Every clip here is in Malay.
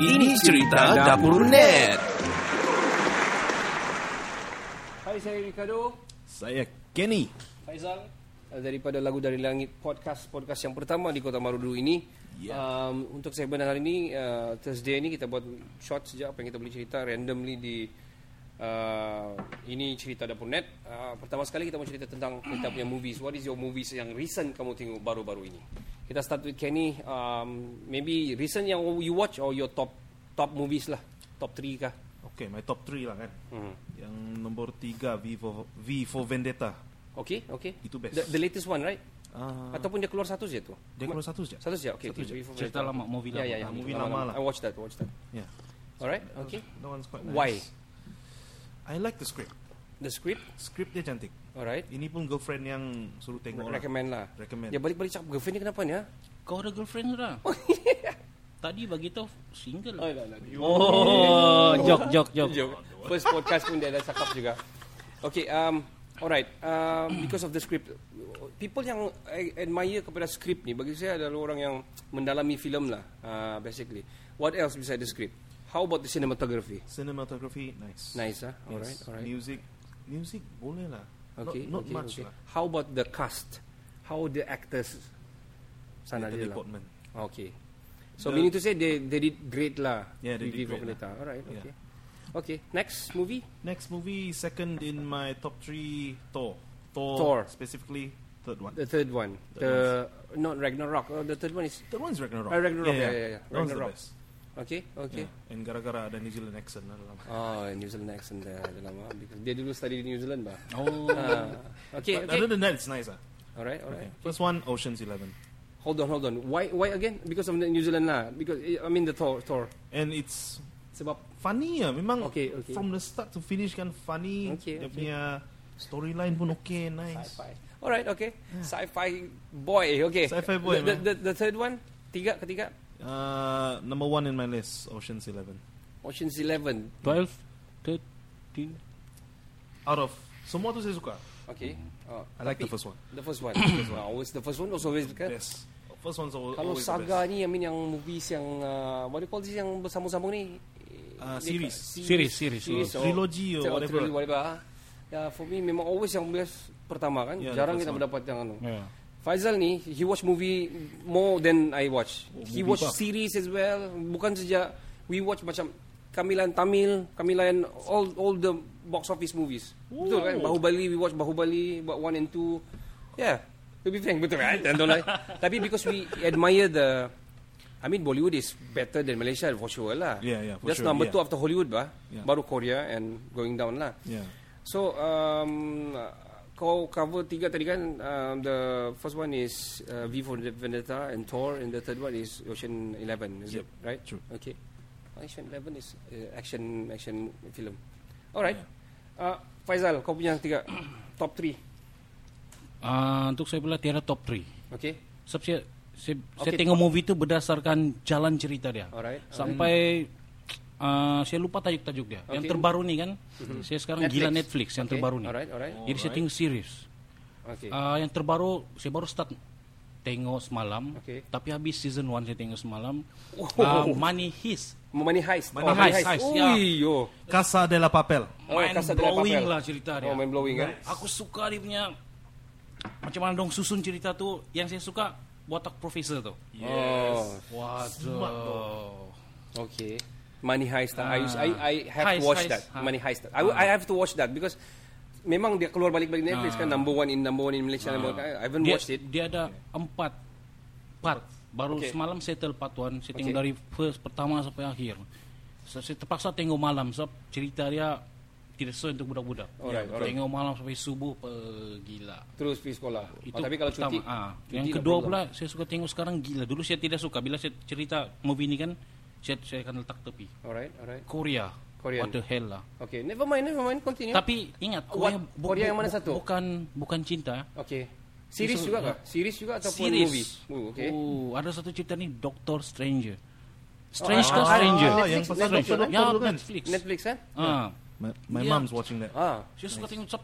Ini cerita dapur net. Hai, saya Ricardo Saya Kenny. Faizal uh, daripada Lagu Dari Langit podcast podcast yang pertama di Kota Marudu ini. Yeah. Ya. Um, untuk segmen hari ini uh, Thursday ini kita buat short sejak apa yang kita boleh cerita randomly di uh, ini cerita dapur net. Uh, pertama sekali kita mau cerita tentang kita punya movies. What is your movies yang recent kamu tengok baru-baru ini? Kita start with Kenny. Um, maybe recent yang you watch or your top top movies lah. Top 3 kah? Okay, my top 3 lah kan. Hmm. Yang nombor 3 V for, V for Vendetta. Okay, okay. Itu best. The, the latest one, right? Ah, Ataupun dia keluar satu je tu? dia keluar satu je. Satu saja. Okay, Satu okay. je. Before Ya, Cerita we- lama, movie lama. Yeah, yeah, yeah. Ah, movie lama lah. I watched that. Watch that. Yeah. Alright. Okay. Ya. That one's quite nice. Why? I like the script. The script. Script dia cantik. Alright. Ini pun girlfriend yang suruh tengok lah. Recommend lah. Recommend. Dia balik-balik cakap girlfriend ni kenapa ni? Ha? Kau ada girlfriend sudah? Tadi bagi tahu single. Oh, lah, lah. Oh, jok jok jok. Jom. First podcast pun dia dah cakap juga. Okay. Um, alright. Um, because of the script, people yang I admire kepada script ni, bagi saya adalah orang yang mendalami filem lah, uh, basically. What else beside the script? How about the cinematography? Cinematography, nice. Nice ah. Yes. Alright, alright. Music, music boleh lah. Okay, not, not okay, much okay. uh, lah. How about the cast? How the actors? Sana Natalie je lah. Portman. Okay. So The- meaning to say they they did great lah. Yeah, they with did Viva great Vendetta. Alright, Yeah. okay. Okay, next movie. Next movie, second in my top three, Thor. Thor. Thor. Specifically, third one. The third one. The not Ragnarok. Oh, the third one is Third one's Ragnarok. Ah, Ragnarok, yeah, yeah, yeah. That one's the Ragnarok. best. okay, okay. Yeah. And gara-gara ada New Zealand accent lah dalam. Oh, New Zealand accent dah ada lama ah, because dia dulu study di New Zealand bah. Oh, Ah, okay, But okay. Other than that, it's nice ah. Alright, alright. First one, Ocean's Eleven, Hold on, hold on. Why why again? Because of the New Zealand lah. Because eh, I mean the Thor Thor. and it's Sebab funny ah. Memang Okay, okay. from the start to finish kan funny. Okay, Dia okay. punya storyline pun okay, nice. Sci-fi. Alright, okay. Sci-fi boy, okay. Sci-fi The, boy, the, man. the, the third one, tiga ketiga, Uh, number one in my list, Ocean's Eleven. Ocean's Eleven. 12 13 Out of semua tu saya suka. Okay. Oh, I like the tapi- first one. The first one. Wow, always the first one was always kan. Yes. First one's always, Kalau always saga the ni, I best. mean yang movies yang uh, what do you call this yang bersambung-sambung ni? Ah, Dia- series. Series, series, series or trilogy or or whatever. trilogy, whatever. ah. Ya, for me memang always yang best pertama kan. Yeah, Ya, the Jarang first kita one. mendapat yang anu. Yeah. Faizal ni he watch movie more than I watch. he movie watch buff. series as well. Bukan saja we watch macam Kamilan Tamil, Kamilan all all the box office movies. Betul kan? Bahubali we watch Bahubali but one and two. Yeah. To be frank betul kan? Don't lie. Tapi because we admire the I mean Bollywood is better than Malaysia for sure lah. Yeah, yeah, for That's sure, number yeah. two after Hollywood bah. Yeah. Baru Korea and going down lah. Yeah. So um, kau cover tiga tadi kan um, the first one is uh, V for Vendetta and Thor and the third one is Ocean Eleven is Yep, it right? true. Okay. Ocean Eleven is uh, action action film. Alright. Uh, Faizal kau punya tiga top three. Ah, untuk saya pula tiada top 3. Okay. Sebab saya saya, saya Okay, tengok movie tu berdasarkan jalan cerita dia. Alright, Sampai ah, saya lupa tajuk-tajuk dia. Yang Okay. terbaru ni kan. Saya sekarang Mhm. Netflix. gila Netflix yang Okay, terbaru ni. alright, alright. Jadi saya tengok series. Okay. Ah, yang terbaru saya baru start tengok semalam. Okay. Tapi habis season 1 saya tengok semalam. Oh. Ah, Money Heist. Money heist. Money Heist, Heist, Ui, yeah. yo. Casa de la Papel. Oh, Mind Casa de la blowing Papel. lah cerita dia. Oh, mind blowing kan? Aku suka dia punya macam mana dong susun cerita tu. Yang saya suka botak profesor tu. Oh, Waduh. Okay. Money Heist. lah. I, used, I, I have Ah. to Heist, watch heist, that. ha. Money Heist. I, will- I have to watch that because memang dia keluar balik-balik Netflix kan number one in number one in Malaysia. Number one. I haven't Ah. Dia, watched it. dia ada empat part. Baru Okay. semalam settle part one. Saya tengok Okay. dari first pertama sampai akhir. So, saya terpaksa tengok malam sebab cerita dia tidak sesuai untuk budak-budak. Alright, alright. Tengok malam sampai subuh eh, gila. Terus pergi sekolah. Itu oh, tapi kalau pertama, cuti, ah. cuti lah, yang tak kedua problem. pula saya suka tengok sekarang gila. Dulu saya tidak suka bila saya cerita movie ini kan saya saya akan letak tepi. Alright, alright. Korea. Korean. What the hell lah. Okay, never mind, never mind. Continue. Tapi ingat Korea, What- Korea yang mana satu? Bukan bukan cinta. okay. Series Itu- ah. juga kah? Series juga ataupun Series. movie? Oh, okay. Oh, ada satu cerita ni Doctor Stranger. Ah, Strange ke ah, Stranger? Ah, Netflix, yang pasal Netflix, doktor right? doktor Ya, tu kan. Netflix. Netflix kan? Ah. My, my Yeah. mom's watching that. Ah. Saya suka tengok sebab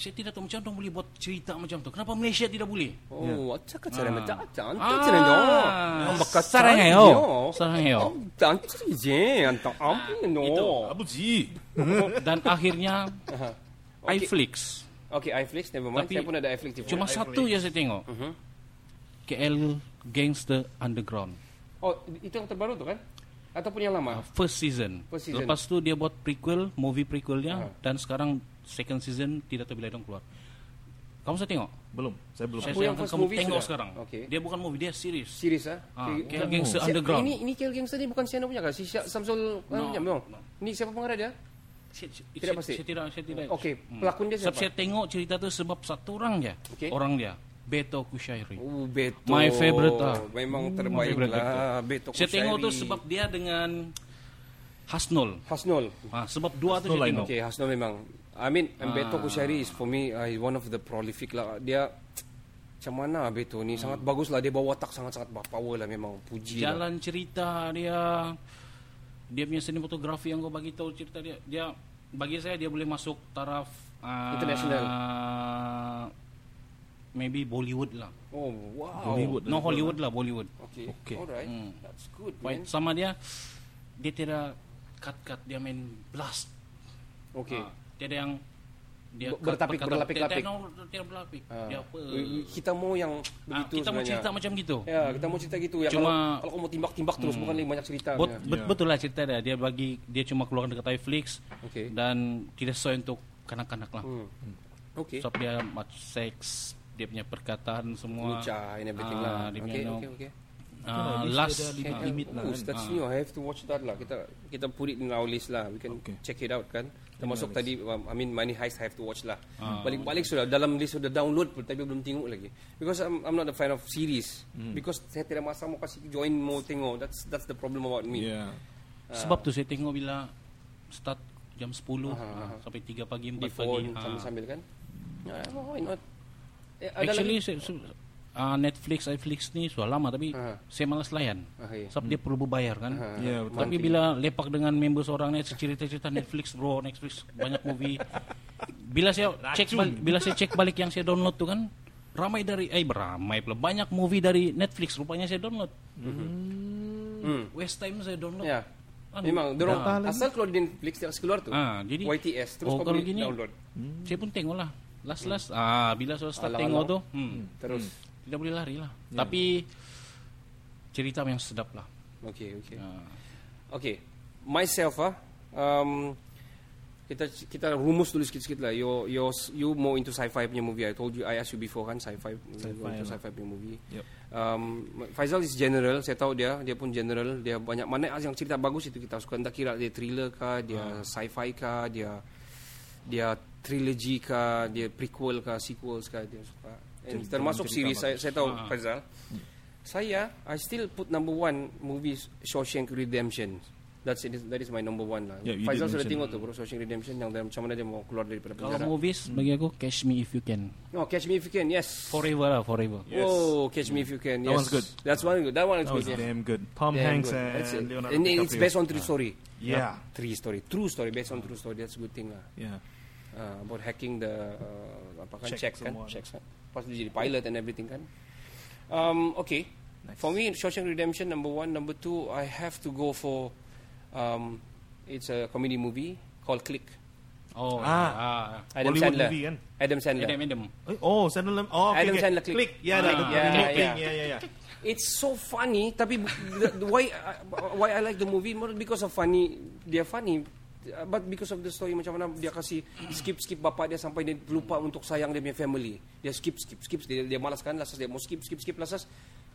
saya tidak tahu macam orang boleh buat cerita macam tu. Kenapa Malaysia tidak boleh? Oh, acak acak macam acak. Ah. Acak acak. Sarangai, oh. Sangheo. Tanti je, antak ampun Ah. Itu. no. Abu Ji. Dan akhirnya Aha. Okay. iFlix. Okay, iFlix, never mind. Tapi- Saya pun ada iFlix tipu. Cuma satu yang saya tengok. Mhm. KL Gangster Underground. Oh, itu yang terbaru tu kan? Ataupun yang lama? First season. First season. Ah. Lepas tu dia buat prequel, movie prequelnya dan sekarang second season tidak tahu bila dia orang keluar. Kamu saya tengok. Belum, saya belum. Saya Oh, yang sayangkan first kamu movie tengok sudah? sekarang. Okay. Dia bukan movie, dia series. Series ah. Ah, Okay. KL Gangster Si- Underground. Ini ini KL Gangster ni bukan Siana punya kan? Si Syak- Samsul No, no, punya, no. no. Ni siapa pengarah dia? Saya- saya- Tidak saya- pasti? Saya tidak, saya tidak. Okey, pelakon dia Sebab siapa? saya tengok cerita tu sebab satu orang je. Okey. Orang dia. Beto Kushairi. Oh, Beto. My favourite ah. Memang My terbaik favourite lah. actor. Beto Saya tengok tu Kushairi. sebab dia dengan Hasnul. Hasnul. Ha, sebab dua tu Hasnul saya I tengok. Okay, Hasnul memang. I mean, ah. Beto Kusyari is for me uh, is one of the prolific lah. Dia macam mana Beto ni sangat bagus lah. Dia bawa watak sangat-sangat power lah memang. Puji Hmm. lah. Jalan cerita dia dia punya seni fotografi yang kau bagi tahu cerita dia dia bagi saya dia boleh masuk taraf ah, International. maybe Bollywood lah. Oh, wow. Bollywood. No Hollywood lah Bollywood. Okay. Okay. Alright. Hmm. That's good, man. Baik, sama dia dia tidak cut-cut dia main blast. Okay. Ah, dia ada yang dia Ber- bertapik, kata- kata- berlapik-lapik. Dia, dia, dia berlapik. Ah. Dia apa? Kita mau yang Ah, kita begitu mau sebenarnya. cerita macam gitu. Ya, kita mau cerita gitu. Ya, Cuma- Hmm. kalau, kalau kau mau timbak-timbak terus bukan lagi banyak cerita. Bot, punya. bet- betul lah cerita dia. Dia bagi dia cuma keluarkan dekat Netflix Okey. dan tidak sesuai untuk kanak-kanak lah. Hmm. Okay. Sebab dia much sex, dia punya perkataan semua. Lucah and everything Ah, lah. dia Okay, punya okay, no- okay. Ah, Kan, at least last dia ada limit- ah, limit lah Oh, kan. that's new. I have to watch that lah. Kita kita put it in our list lah. We can Okay. check it out kan. Termasuk tadi, um, I mean Money Heist have to watch lah. Ah. Balik-balik sudah dalam list sudah download pun tapi belum tengok lagi. Because I'm, I'm not a fan of series. Hmm. Because saya tidak masa mau kasih join mau tengok. That's that's the problem about me. Yeah. sebab tu saya tengok bila start jam 10 ah, sampai 3 pagi 4 Di pagi. phone Ah. sambil-sambil kan. Yeah, why not? Eh, ada Actually saya, se- ah, Netflix, iFlix ni sudah lama tapi Ah. saya malas layan. lagi? Ah, yeah. Sebab dia perlu berbayar kan. Ah, Ya, betul. Tapi bila lepak dengan member seorang ni cerita-cerita Netflix bro, Netflix banyak movie. Bila saya cek balik, bila saya cek balik yang saya download tu kan ramai dari eh ramai pula banyak movie dari Netflix rupanya saya download. Mm-hmm. Hmm. Waste time saya download. Ya. Kan, Memang dorong Dah. asal keluar di Netflix dia harus keluar tu. Ah, jadi- YTS terus Oh, kau kalau boleh gini- download. Saya pun tengok lah. Last Hmm. last ah bila saya start Alang-alang. tengok tu hmm, Terus. tidak boleh lari lah. Tapi cerita yang sedap lah. Okay, okay. Ah. Okay, myself ah, um, kita kita rumus dulu sikit-sikit lah. Your your you more into sci-fi punya movie. I told you, I asked you before kan sci-fi, sci-fi into sci-fi punya movie. Yep. Um, Faizal is general, saya tahu dia, dia pun general, dia banyak mana yang cerita bagus itu kita suka. Entah kira dia thriller kah, dia sci-fi kah, dia dia trilogy kah, dia prequel kah, sequels kah, dia suka. And termasuk series saya, saya tahu Faizal. Saya I still put number one movies Shawshank Redemption. That's it, that is my number one lah. Yeah, you Faizal did sudah mention. tengok tu bro Shawshank Redemption yang dalam macam mana dia mau keluar daripada Kalau penjara. movies bagi aku Catch Me If You Can. No, Catch Me If You Can. Yes. Forever lah, forever. Yes. Whoa, Catch Me If You Can. That Yes. one's good. That's one good. That one is That good. was yes. damn good. Tom Damn Hanks good. That's it. and Leonardo And it's DiCaprio. Ah. based on true story. Yeah. Three story. True story based on true story. That's a good thing lah. Yeah. Uh, about hacking the uh, apa kan Check check, kan semua. check kan. Lepas tu jadi pilot and everything kan. Um, okay. For me, Shawshank Redemption number one, number two, I have to go for um, it's a comedy movie called Click. Oh, Ah. ah. Adam Hollywood Sandler. movie kan? Adam Sandler. Adam Adam. Eh, Oh, Sandler. Lem- Oh, okay, Adam okay. Sandler, Click. Click. Yeah, the, the Yeah, remote yeah. thing. Yeah, yeah, yeah. It's so funny tapi bu- the, the why I- why I like the movie more because of funny dia funny Uh, but because of the story macam mana dia kasih skip skip bapak dia sampai dia lupa untuk sayang dia punya family dia skip skip skip dia dia malas kan lasas dia mau skip skip skip lasas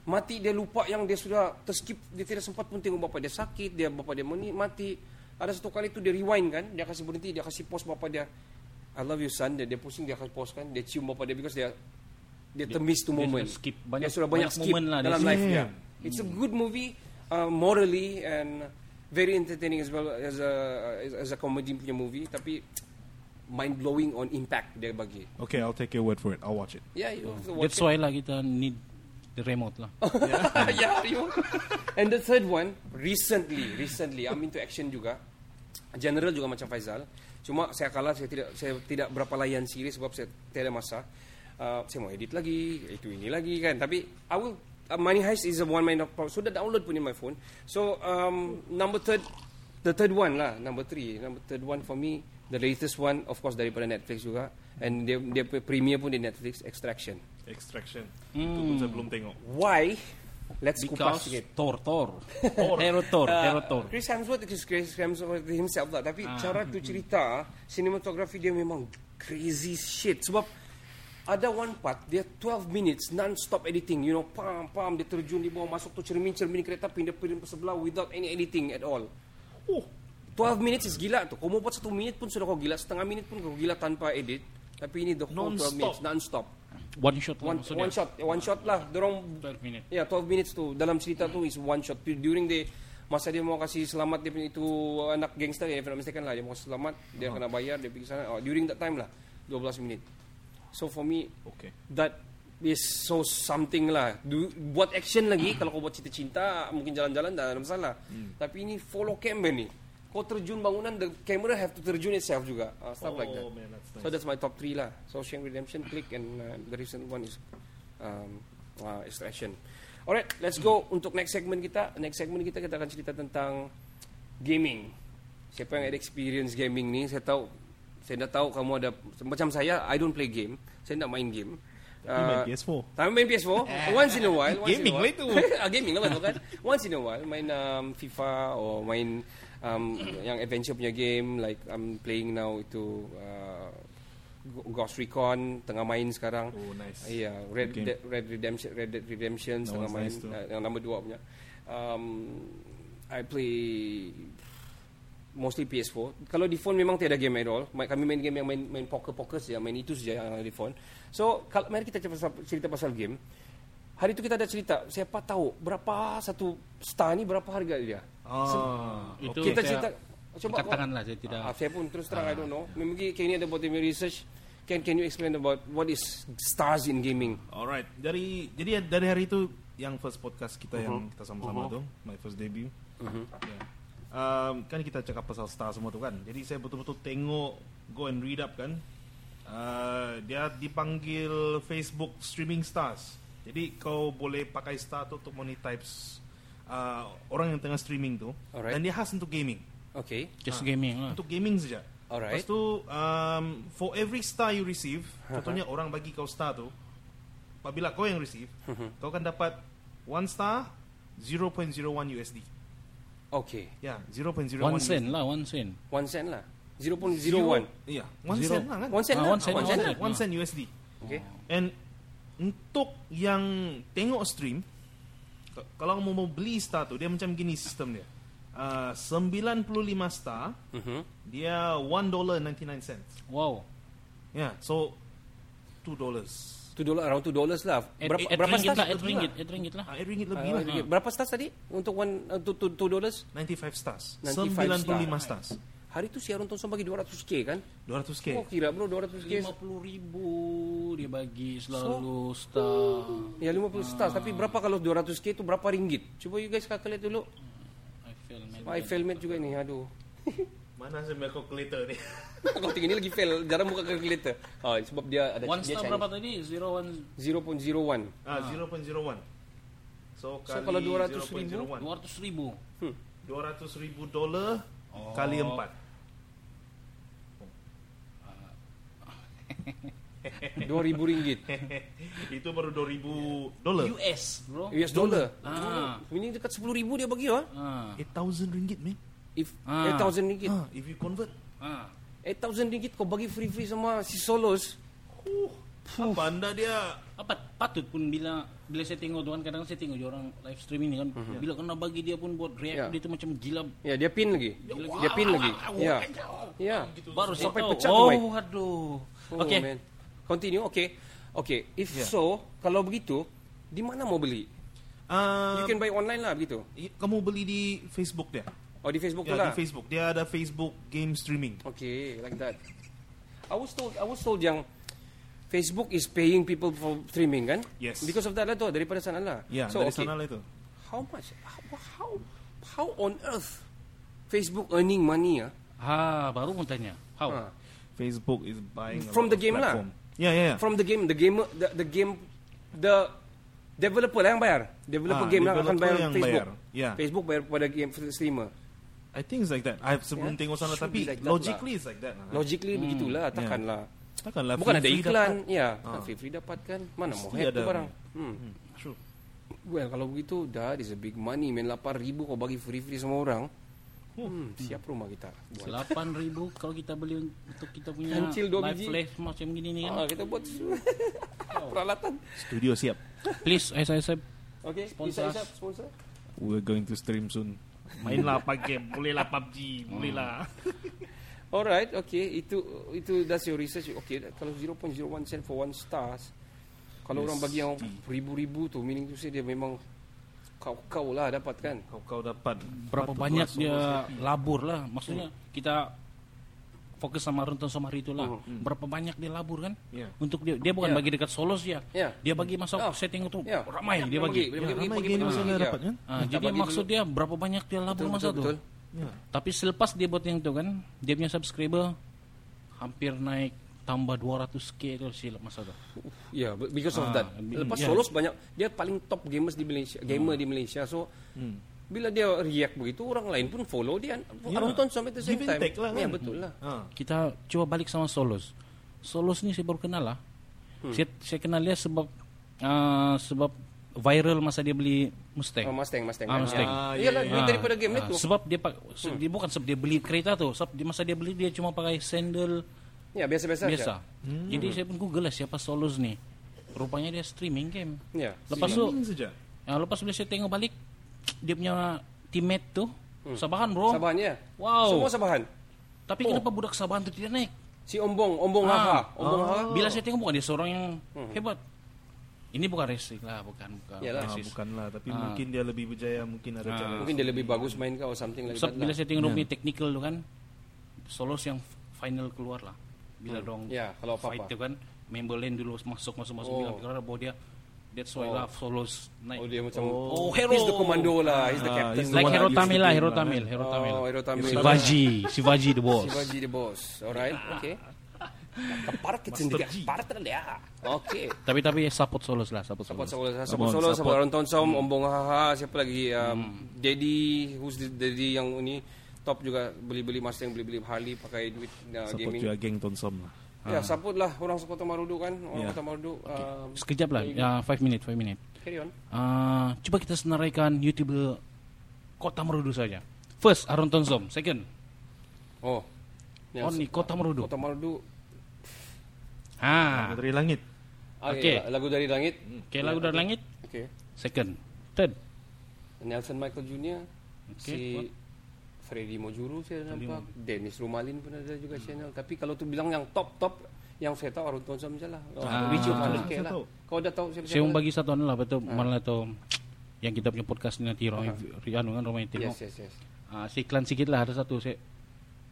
mati dia lupa yang dia sudah terskip dia tidak sempat pun tengok bapak dia sakit dia bapak dia meni, mati ada satu kali tu dia rewind kan dia kasih berhenti dia kasih pause bapak dia I love you son dia, dia pusing dia kasih pause kan dia cium bapak dia because dia dia temis tu dia moment sudah skip. Banyak- dia sudah banyak, banyak skip moment lah dia dalam skip. life dia Yeah. It's a good movie, uh, morally and very entertaining as well as a as, as a comedy punya movie. Tapi mind blowing on impact dia bagi. Okay, I'll take your word for it. I'll watch it. Yeah, you have to watch That's why lah kita need the remote lah. Oh, it. yeah, you. And the third one, recently, recently, I'm into action juga. General juga macam Faizal. Cuma saya kalah, saya tidak saya tidak berapa layan series sebab saya tiada masa. Uh, saya mau edit lagi, itu ini lagi kan. Tapi I will uh, Money Heist is a one man op- sudah download pun in my phone. So um, number third, the third one lah, number three, number third one for me, the latest one of course daripada Netflix juga, and dia dia punya premiere pun di Netflix Extraction. Extraction. Itu Mm. pun saya belum tengok. Why? Let's Because kupas sikit. Ah. Thor, Thor, Hero Thor, Hero Thor. Chris Hemsworth is Chris Hemsworth himself lah Tapi cara tu cerita Sinematografi dia memang Crazy shit Sebab Ada one part Dia 12 minutes Non-stop editing You know Pam pam Dia terjun di bawah Masuk tu cermin-cermin kereta Pindah-pindah ke sebelah Without any editing at all Oh 12 minutes is gila tu Kau mau buat 1 minit pun Sudah kau gila Setengah minit pun kau gila Tanpa edit Tapi ini the whole 12 Non-stop. minutes Non-stop One shot lah One, maksudnya. one shot One shot lah Dorong 12 minute. Ya, 12 minutes tu dalam cerita tu is one shot. During the masa dia mau kasih selamat dia punya itu anak gangster ya, if I'm not mistaken lah dia mau kasih selamat, Ah. dia kena bayar, dia pergi sana. Oh, during that time lah 12 minit. So for me Okay. that is so something lah. Du, buat action lagi kalau kau buat cinta-cinta mungkin jalan-jalan tak ada masalah. Hmm. Tapi ini follow camera ni. Kau terjun bangunan the camera have to terjun itself juga. Uh, stuff like that. Oh, man, that's nice. So that's my top three lah. Shawshank Redemption, Click, and uh, the recent one is um, uh, Extraction. Alright, let's go untuk next segment kita. Next segment kita kita akan cerita tentang gaming. Siapa yang ada experience gaming ni, saya tahu. Saya dah tahu kamu ada macam saya. I don't play game. Saya tidak main game. main Uh, PS4. tapi main PS4 Oh, Once in a while once Eh. Gaming in a while. lah itu. ah, Gaming lah betul kan Once in a while Main um, FIFA Or main um, Yang adventure punya game Like I'm playing now Itu uh, Go- Ghost Recon Tengah main sekarang Oh, nice. Iya Red, Good game. Dead- Red Redemption Red Dead Redemption That Tengah one's main nice too. uh, Yang nombor dua punya um, I play mostly PS4. Kalau di phone memang tiada game at all. Ma- Kami main game yang main main poker-poker saja, main itu saja yang ada di phone. So, kalau mari kita cerita pasal, cerita pasal game. Hari itu kita ada cerita, siapa tahu berapa satu star ni berapa harga dia? Ah. Itu kita saya cerita coba angkat kau- tangan lah, saya tidak- Ah. Ah, saya pun terus terang I don't know. Mungkin Kenny ada buat dia punya research. Can can you explain about what is stars in gaming? Alright. Dari jadi dari hari itu yang first podcast kita yang kita sama-sama dong, my first debut. Ya. Um, kan kita cakap pasal star semua tu kan. Jadi saya betul-betul tengok go and read up kan. Uh, dia dipanggil Facebook streaming stars. Jadi kau boleh pakai star tu untuk monetize uh, orang yang tengah streaming tu. Alright. Dan dia khas untuk gaming. Okay. Just gaming lah. Untuk gaming saja. Alright. Ha, Lepas tu um, for every star you receive, contohnya orang bagi kau star tu, apabila kau yang receive, Hmm, kau akan dapat one star 0.01 USD. Okay. Ya, 0.01 One sen lah, one sen. One cent lah. 0.01. Iya, one Zero. cent lah kan? One cent Ah, lah. one cent, Ah, one lah. cent. One cent USD. Okay. And untuk yang tengok stream, k- kalau mau mau beli star tu dia macam gini sistem dia. Uh, 95 star, Mhm. dia 1 dollar 99 cents. Wow. Ya, yeah, so two dollars. Two dollar, around two dollars lah. Eight- Berapa, eight berapa ringgit stars? lah, eight ringgit, eight ringgit lah. Ah, 8 ringgit Ah, lebih lah. ringgit. Berapa stars tadi untuk one uh, two, two, two dollars? 95 stars. 95 95 stars. Hari tu siaran Thompson bagi 200k kan? 200k. Kau kira bro 200k. Lima puluh ribu dia bagi selalu star. Ya 50 stars tapi Ah. berapa kalau 200k itu berapa ringgit? Coba you guys calculate dulu. I feel man. I fail math juga ni aduh. Mana saya punya calculator ni? Kau tinggi ni lagi fail, jarang buka calculator. Ah sebab dia ada One dia star berapa tadi? Zero one 0.01. Ah, 0.01. So, kali kalau 200,000? 0.01. dua ratus ribu. 200 ribu dolar kali Oh. 4. 2000 ringgit. Itu baru 2000 dolar. US bro. US dollar. Ah. Ini dekat 10,000 dia bagi ah. Ah. 8,000 ringgit, man. If Ah. 8,000 ringgit. Ah, if you convert. Ah. 8,000 ringgit kau bagi free-free sama si Solos. Uh, apa anda dia? apa patut pun bila bila saya tengok tuan kadang saya tengok dia orang live streaming ni kan bila kena bagi dia pun buat react Mhm. Ya. dia tu macam gila Ya, dia pin lagi. Dia pin lagi. Ya. Ya. baru saya Sampai tahu pecah tu, oh Mike. aduh Oh, okey man. Continue. Okay. Okay. If so, kalau begitu, di mana mau beli? Ah, You can buy online lah begitu. i- kamu beli di Facebook dia. Oh, di Facebook tu Ya, lah. di Facebook. Dia ada Facebook game streaming. Okay, like that. I was told, I was told yang Facebook is paying people for streaming kan? Yes. Because of that lah tu, daripada sana lah. Ya, so, dari okay. sana lah itu. How much? How, how, how on earth Facebook earning money ah? ha baru pun tanya how Ha. Facebook is buying a From the lot of game lah. platform. Yeah, yeah, yeah. From the game, the gamer, the, the game, the Developer lah yang bayar. Developer Ah, game lah akan developer bayar yang Facebook. bayar. Ya. Facebook bayar kepada game streamer. I think it's like that. I sebelum Yeah. tengok sana Should tapi be like that lah. logically it's like that. Logically Logically begitulah, takkanlah. Takkanlah Bukan ada free-free iklan, ya. Kan free-free dapat kan. Mana mau Mesti hack tu Ah. ada. barang. Hmm. True. Well, kalau begitu, dah is a big money. Main 8,000 kau bagi free-free semua orang. Hmm, siap rumah kita. Hmm. Buat. 8000 kalau kita beli untuk kita punya Kancil live dua biji. flash macam gini nih kan. Ah, kita buat peralatan. Studio siap. Please saya saya Okay, Sponsor. Isa, Isa, sponsor. We're going to stream soon. Mainlah apa game, bolehlah PUBG, bolehlah. Alright, okay. Itu itu that's your research. Okay, that- kalau 0.01 cent for one stars, kalau orang bagi yang ribu-ribu tu, meaning tu say dia memang kau-kau lah dapat kan. Kau kau dapat berapa batu banyak kelas dia solo labur Hmm. lah. Maksudnya kita fokus sama Runton Somari itulah. Oh, hmm. Berapa banyak dia labur kan? Iya. Yeah. Untuk dia dia bukan bagi dekat Solos ya. Yeah. Dia bagi masuk Ah. setting itu Ya. Oh, ramai dia bagi. Dia Ya, bagi, bagi, ramai game bagi, yang bagi, saya bagi, dapat ya. kan? Ah, Kita jadi bagi maksud dia berapa banyak dia labur Betul, masa betul, tu. betul. Ya. Tapi selepas dia buat yang itu kan, dia punya subscriber hampir naik tambah 200k kalau silap masa tu. Ya, yeah, because of Ah, that. mm, Lepas yeah. Ah. Solos banyak dia paling top gamers di Malaysia, gamer di Malaysia. So Hmm. bila dia react begitu orang lain pun follow dia. Ya. Orang nonton sampai the same Give and time. take lah kan? Ya, betul lah. Ah. Kita coba balik sama Solos. Solos ni saya baru kenal lah. Hmm. Saya, saya kenal dia sebab ah, sebab viral masa dia beli Mustang. Oh, Mustang, Mustang. Ah, Mustang. Ah, Iyalah ya, duit Ah, daripada game Hmm. ah, network. Sebab dia pak, se- dia bukan sebab dia beli kereta tu, sebab dia, masa dia beli dia cuma pakai sandal Ya, biasa-biasa biasa. aja. Jadi saya pun google lah siapa Solos ni. Rupanya dia streaming game. Ya. Lepas tu Streaming saja. ah, lepas bila saya tengok balik dia punya teammate tu Sabahan bro. Hmm. Sabahan ya. Wow. Semua Sabahan. Oh. Tapi kenapa budak Sabahan tu tidak naik? Si Ombong, Ah. Ombong Haha, Ombong Haha. Bila saya tengok bukan dia seorang yang hebat. Ini bukan racing lah, bukan bukan. Hmm. Yalah. Ah, racist. bukanlah tapi mungkin dia lebih berjaya, mungkin ada cara. Mungkin dia lebih bagus main kau or something like Sebab that. bila lah. saya tengok yeah. technical tu kan Solos yang final keluar lah Bila dong Ya, kalau apa-apa. fight tu kan Member lane dulu masuk masuk masuk Oh. Bila kira bawa dia That's why lah Solos naik Oh dia macam Oh, hero. He's the commando lah, he's the Ah, captain. he's the Like one Hero that Tamil used to lah play Hero lah, Tamil Hero Tamil Oh, Hero Tamil. Sivaji Sivaji the boss Sivaji the boss. Alright, Ah. okay. Kepar kecil dia, kepar terlihat. Okay. Tapi tapi support Solos lah Support Support Solos Solo, support Solo, support Orang Tonsom, Ombong Haha, siapa lagi? Um, Hmm. Daddy, who's the Daddy yang ini top juga beli-beli Mustang, beli-beli Harley pakai duit uh, Support gaming. juga geng Tonsom lah. Ya, support lah orang support Marudu kan, orang Ya. yeah. Marudu. Um, Sekejap lah ya, 5 minit 5 minit carry on. Ah, Cuba kita senaraikan YouTuber Kota Merudu saja First Aron Tonzom Second Oh. Yang Oni Kota Merudu Kota Marudu. Ha Dari langit. Okay. Okay. Ah, ya, Lagu dari langit. Okay lagu Ya. dari langit Okay. Second Third Nelson Michael Jr. Okay, Si Freddy Mojuru saya nampak. Dennis Rumalin pun ada juga Hmm. channel. Tapi kalau tu bilang yang top top yang saya tahu Arun Tonsam je lah. Oh, Ah, Richie O'Connor saya K lah. tahu. Kau dah tahu Saya siapa-siapa? mau bagi satu anu lah Ah. betul malah tu yang kita punya podcast ni nanti Romi Rian kan Romi lagi? Timo. Yes, yes, yes. Ah si iklan sikit lah ada satu saya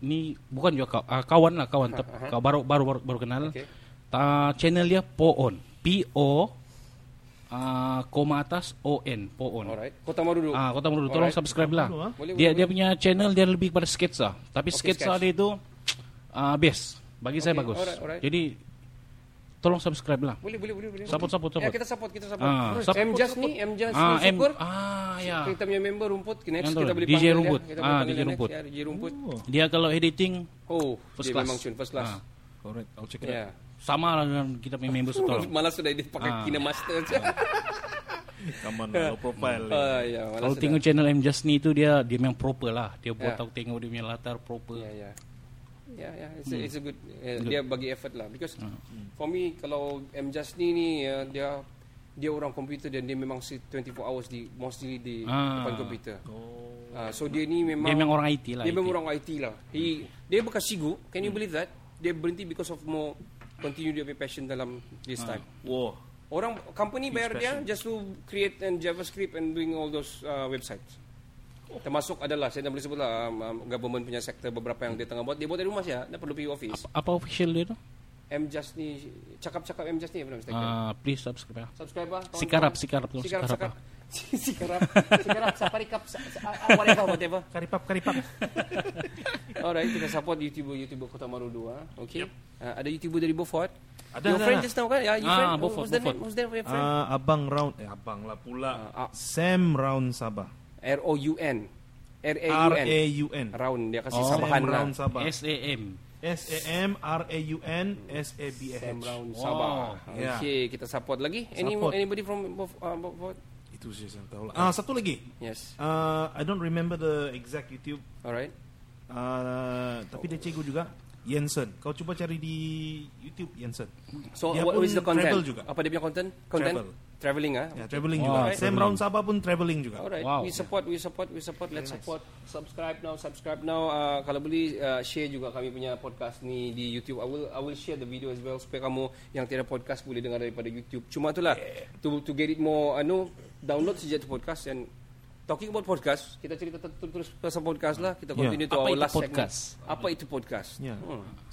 ni bukan juga kau, ah, kawan lah kawan tep, kau baru baru baru, baru kenal. Okay. Ta, channel dia Poon. P O ah, koma atas O N Poon. Alright. Kota Marudu. Ah, kau tahu dulu tolong Alright. subscribe lah. Dulu, ah. Boleh, Dia dia punya channel dia lebih kepada sketsa, tapi Okay, sketsa sketch. dia itu ah best. Bagi saya Okay, bagus. alright, alright. Jadi tolong subscribe lah. Boleh, boleh, boleh, boleh. Support, support, Ya, support. kita support, kita support. Ah, support, M Just ni, M Just Ah, M ni syukur. ah ya. Kita punya member rumput, next Yang tu, kita boleh DJ panggil dia. rumput. Kita boleh Ah, panggil DJ dia rumput. Oh. next, ya, DJ rumput. Dia kalau editing Oh, First dia class. memang tune first class. Ah. Alright, I'll check Ya. sama lah dengan kita punya members tu. Malah sudah dia pakai Ah. Kinemaster je. Come on, lah, low profile. Ah, ya, malah Kalau sudah. tengok channel M Jasni tu dia dia memang proper lah. Dia buat tahu tengok dia punya latar Ya proper. ya. Ya ya, it's Hmm. a, it's a good, eh, dia bagi effort lah because Ah. for me kalau M Jasni ni eh, dia dia orang komputer dan dia memang si 24 hours di mostly di Ah. depan komputer. Oh. so dia ni Dia memang memang orang Hmm. IT lah. dia IT. memang orang IT lah. He dia bekas sigu, can you Hmm. believe that? Dia berhenti because of more continue dia punya passion dalam this Ah. time. Wow. Orang company bayar dia just to create and JavaScript and doing all those uh, websites. Termasuk adalah saya dah boleh sebut lah um, um, government punya sektor beberapa yang dia tengah buat. Dia buat dari rumah saya, tak perlu pergi office. Apa- apa official dia tu? M Just ni cakap-cakap M Just ni benar mistaken. Ah, please subscribe lah. Subscribe lah. kawan-kawan. Sikarap, sikarap, tolong Sikarap, sikarap sikarap. Sikarap, sikarap, safari cup, sa- sa- ah, ah, whatever, whatever. Karipap, karipap. ah. Alright, kita support YouTuber-YouTuber Kota Marudu. Ha? Okay. Uh, ada YouTuber dari Beaufort. Ada, Your ada, friend ada. just now kan? Yeah, your Ah, friend. Beaufort, what's the Beaufort. name? What's the name of your friend? Ah, abang Round eh abang lah pula. Ah, ah. Sam Round Sabah. R O U N. R A U R N. A U N. Hmm. Round dia kasih Oh. Sabahan Sam lah. Round Sabah. SAM. S A M R A U N S A B A Sam H. Round Wow. Sabah. Yeah. Okay, kita support lagi. Any Ya. Support. anybody from Beauf- uh, Beaufort? Itu sih saya tahu lah. Ah satu lagi. Yes. Ah, I don't remember the exact YouTube. Alright. Ah, tapi dia cikgu juga. Jensen. Kau cuba cari di YouTube Jensen. So Dia what pun is the content? Travel juga. Apa dia punya content? Content? Travel. Traveling ah. Ya, traveling Wow, juga. Sam traveling. Round Sabah pun traveling juga. Alright, Wow. we support, we support, we support. Let's support. Subscribe now, subscribe now. Uh, kalau boleh uh, share juga kami punya podcast ni di YouTube. I will I will share the video as well supaya kamu yang tiada podcast boleh dengar daripada YouTube. Cuma itulah to to get it more anu download saja tu podcast and talking about podcast, kita cerita ter- ter- terus pasal podcast lah. Kita Yeah. continue to Apa our itu last podcast? segment. Apa itu podcast? Ya.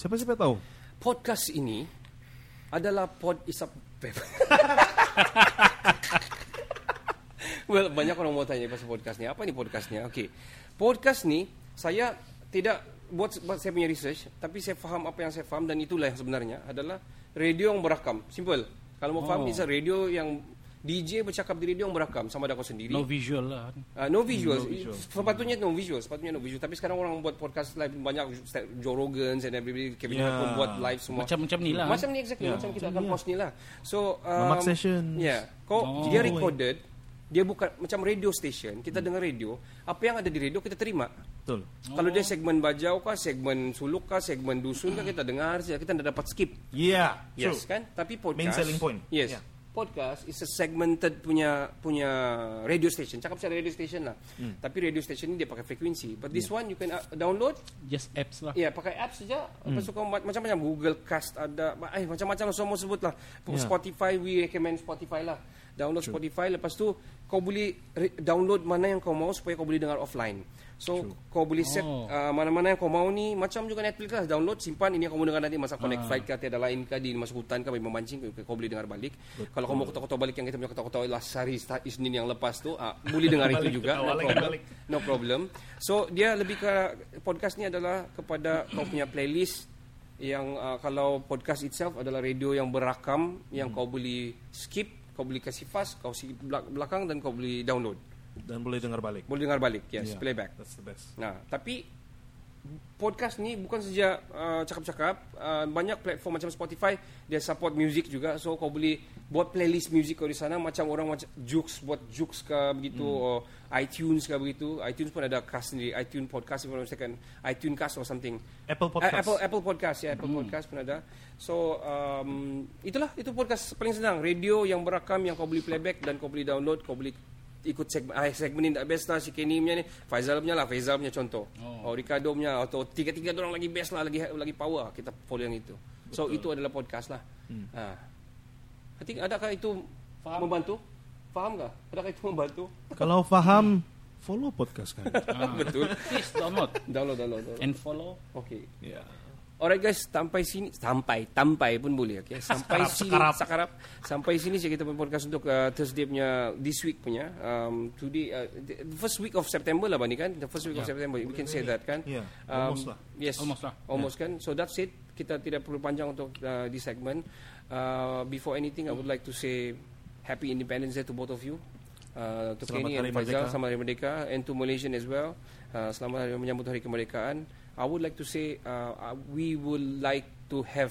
Siapa siapa tahu? Podcast ini adalah pod isap Well, banyak orang mau tanya pasal podcast ni. Apa ni podcast ni? Okey. Podcast ni saya tidak buat, buat saya punya research, tapi saya faham apa yang saya faham dan itulah yang sebenarnya adalah radio yang berakam. Simple. Kalau mau faham, it's a radio yang DJ bercakap di radio yang berakam sama ada kau sendiri. No visual lah. Ah, no visuals. Sepatutnya no visuals, sepatutnya no visual. Tapi sekarang orang buat podcast live banyak Joe Rogan and everybody Kevin Yeah. Hart buat live semua. Macam-macam ni lah. Macam ni exactly, Ya. macam kita akan post ni lah. Oh. So um, Mamak sessions. Yeah. Kau dia recorded, dia bukan macam radio station, kita dengar radio, apa yang ada di radio kita terima. Betul. Kalau dia segmen bajau kah, segmen suluk kah, segmen dusun kah kita dengar saja, kita tidak dapat skip. Yeah. Yes True. kan? Tapi podcast Main selling point. Yes. Yeah. Podcast is a segmented punya punya radio station. Cakap saya radio station lah. Hmm. Tapi radio station ni dia pakai frekuensi. But this one you can uh, download Just apps lah. Hmm. Ya, pakai apps saja. Lepas tu kau ma- macam-macam Google Cast ada, ma- eh macam-macam lah semua sebut lah. Ya. Spotify we recommend Spotify lah. Download Spotify lepas tu kau boleh re- download mana yang kau mau supaya kau boleh dengar offline. So kau boleh set Oh. uh, mana-mana yang kau mau ni macam juga Netflix lah download simpan ini yang kau mau dengar nanti masa Ah. connect flight ke tiada lain ke di masuk hutan ke memang mancing kau- kau boleh dengar balik. Kalau kau mau ketawa-ketawa balik yang kita punya ketawa-ketawa last hari sta- Isnin yang lepas tu ah, boleh dengar itu juga. No problem. No problem. So dia lebih ke podcast ni adalah kepada kau punya playlist yang uh, kalau podcast itself adalah radio yang berakam yang kau boleh skip, kau boleh kasih fast, kau skip belak- belakang dan kau boleh download. Dan boleh dengar balik. Boleh dengar balik. Yes, Yeah. playback. That's the best. Nah, tapi podcast ni bukan saja uh, cakap-cakap, uh, banyak platform macam Spotify dia support music juga. So kau boleh buat playlist music kau di sana macam orang macam Joox buat Joox ke begitu or iTunes ke begitu. iTunes pun ada cast sendiri, iTunes podcast if I'm not mistaken, iTunes cast or something. Eh, Apple Podcast. Apple Apple Podcast ya, Apple Podcast pun ada. So um, itulah itu podcast paling senang, radio yang berakam yang kau boleh playback dan kau boleh download, kau boleh ikut segmen ah, segmen ini tak best lah si Kenny punya ni Faizal punya lah Faizal punya contoh oh. oh Ricardo punya atau tiga-tiga orang lagi best lah lagi lagi power kita follow yang itu so itu adalah podcast lah hmm. ha. I think adakah itu Faham. membantu faham ke adakah itu membantu Kalau faham, follow podcast kan. betul Please download download download, download. and follow. okay yeah. Alright guys, sampai sini sampai tampai pun boleh okey. Sampai Sakarap, sini sakarap. sakarap. Sampai sini saja kita punya podcast untuk uh, Thursday punya this week punya. Um, today uh, the the first week of September lah Bani kan? The first week of September. We can say that kan? Yeah, Um, almost lah. Yes. Almost lah. Almost kan? So that's it. Kita tidak perlu panjang untuk uh, di segmen. Uh, before anything I would like to say happy independence day to both of you. Uh, to Selamat Kenny and Hari Faizal, Merdeka. Selamat Hari Merdeka and to Malaysian as well. Uh, selamat hari menyambut Hari Kemerdekaan. I would like to say uh, uh, we would like to have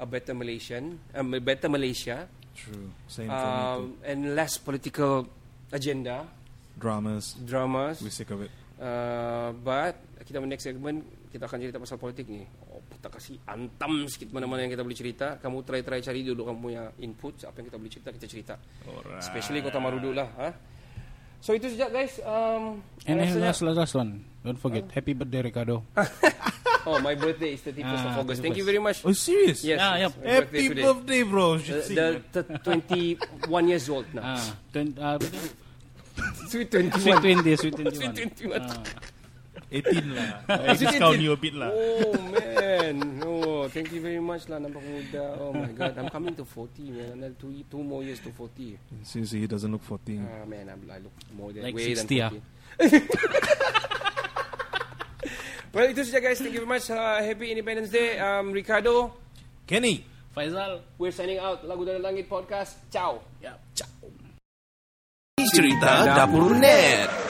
a better Malaysian, um, a better Malaysia, True. Same for me too. um, and less political agenda, Dramas. dramas. We sick of it. Uh, but kita punya next segment kita akan cerita pasal politik ni. Oh, kita kasih antam sikit mana-mana yang kita boleh cerita. Kamu try-try cari dulu kamu punya input apa yang kita boleh cerita kita cerita. Alright. Especially Kota Marudu lah. Ha? So itu saja guys. Um, And then rasanya- last, last, last one. Don't forget. Happy birthday, Ricardo. oh my birthday is 31st of Ah, August. Thank you 31st. very much. Oh, serious? Yes. Ah, yep. yes, my Happy today. birthday, Uh, bro. You The, should sing the, that. the 21 years old now. Ah, twen- ah, apa tu? Sweet sweet 21. 20, sweet Ah. 21. Sweet 21. 18 lah. I discount you a bit lah. Oh man, oh thank you very much lah nampak muda. Oh my god, I'm coming to 40 man. Another two, two more years to 40. Since he doesn't look 14. Ah man, I'm, I look more than Like way 60 ah. than 40. well, itu saja guys. Thank you very much. Uh, happy Independence Day. Um, Ricardo, Kenny. Faizal. We're signing out lagu dari langit podcast. Ciao. Ya. Cerita Dapur Net.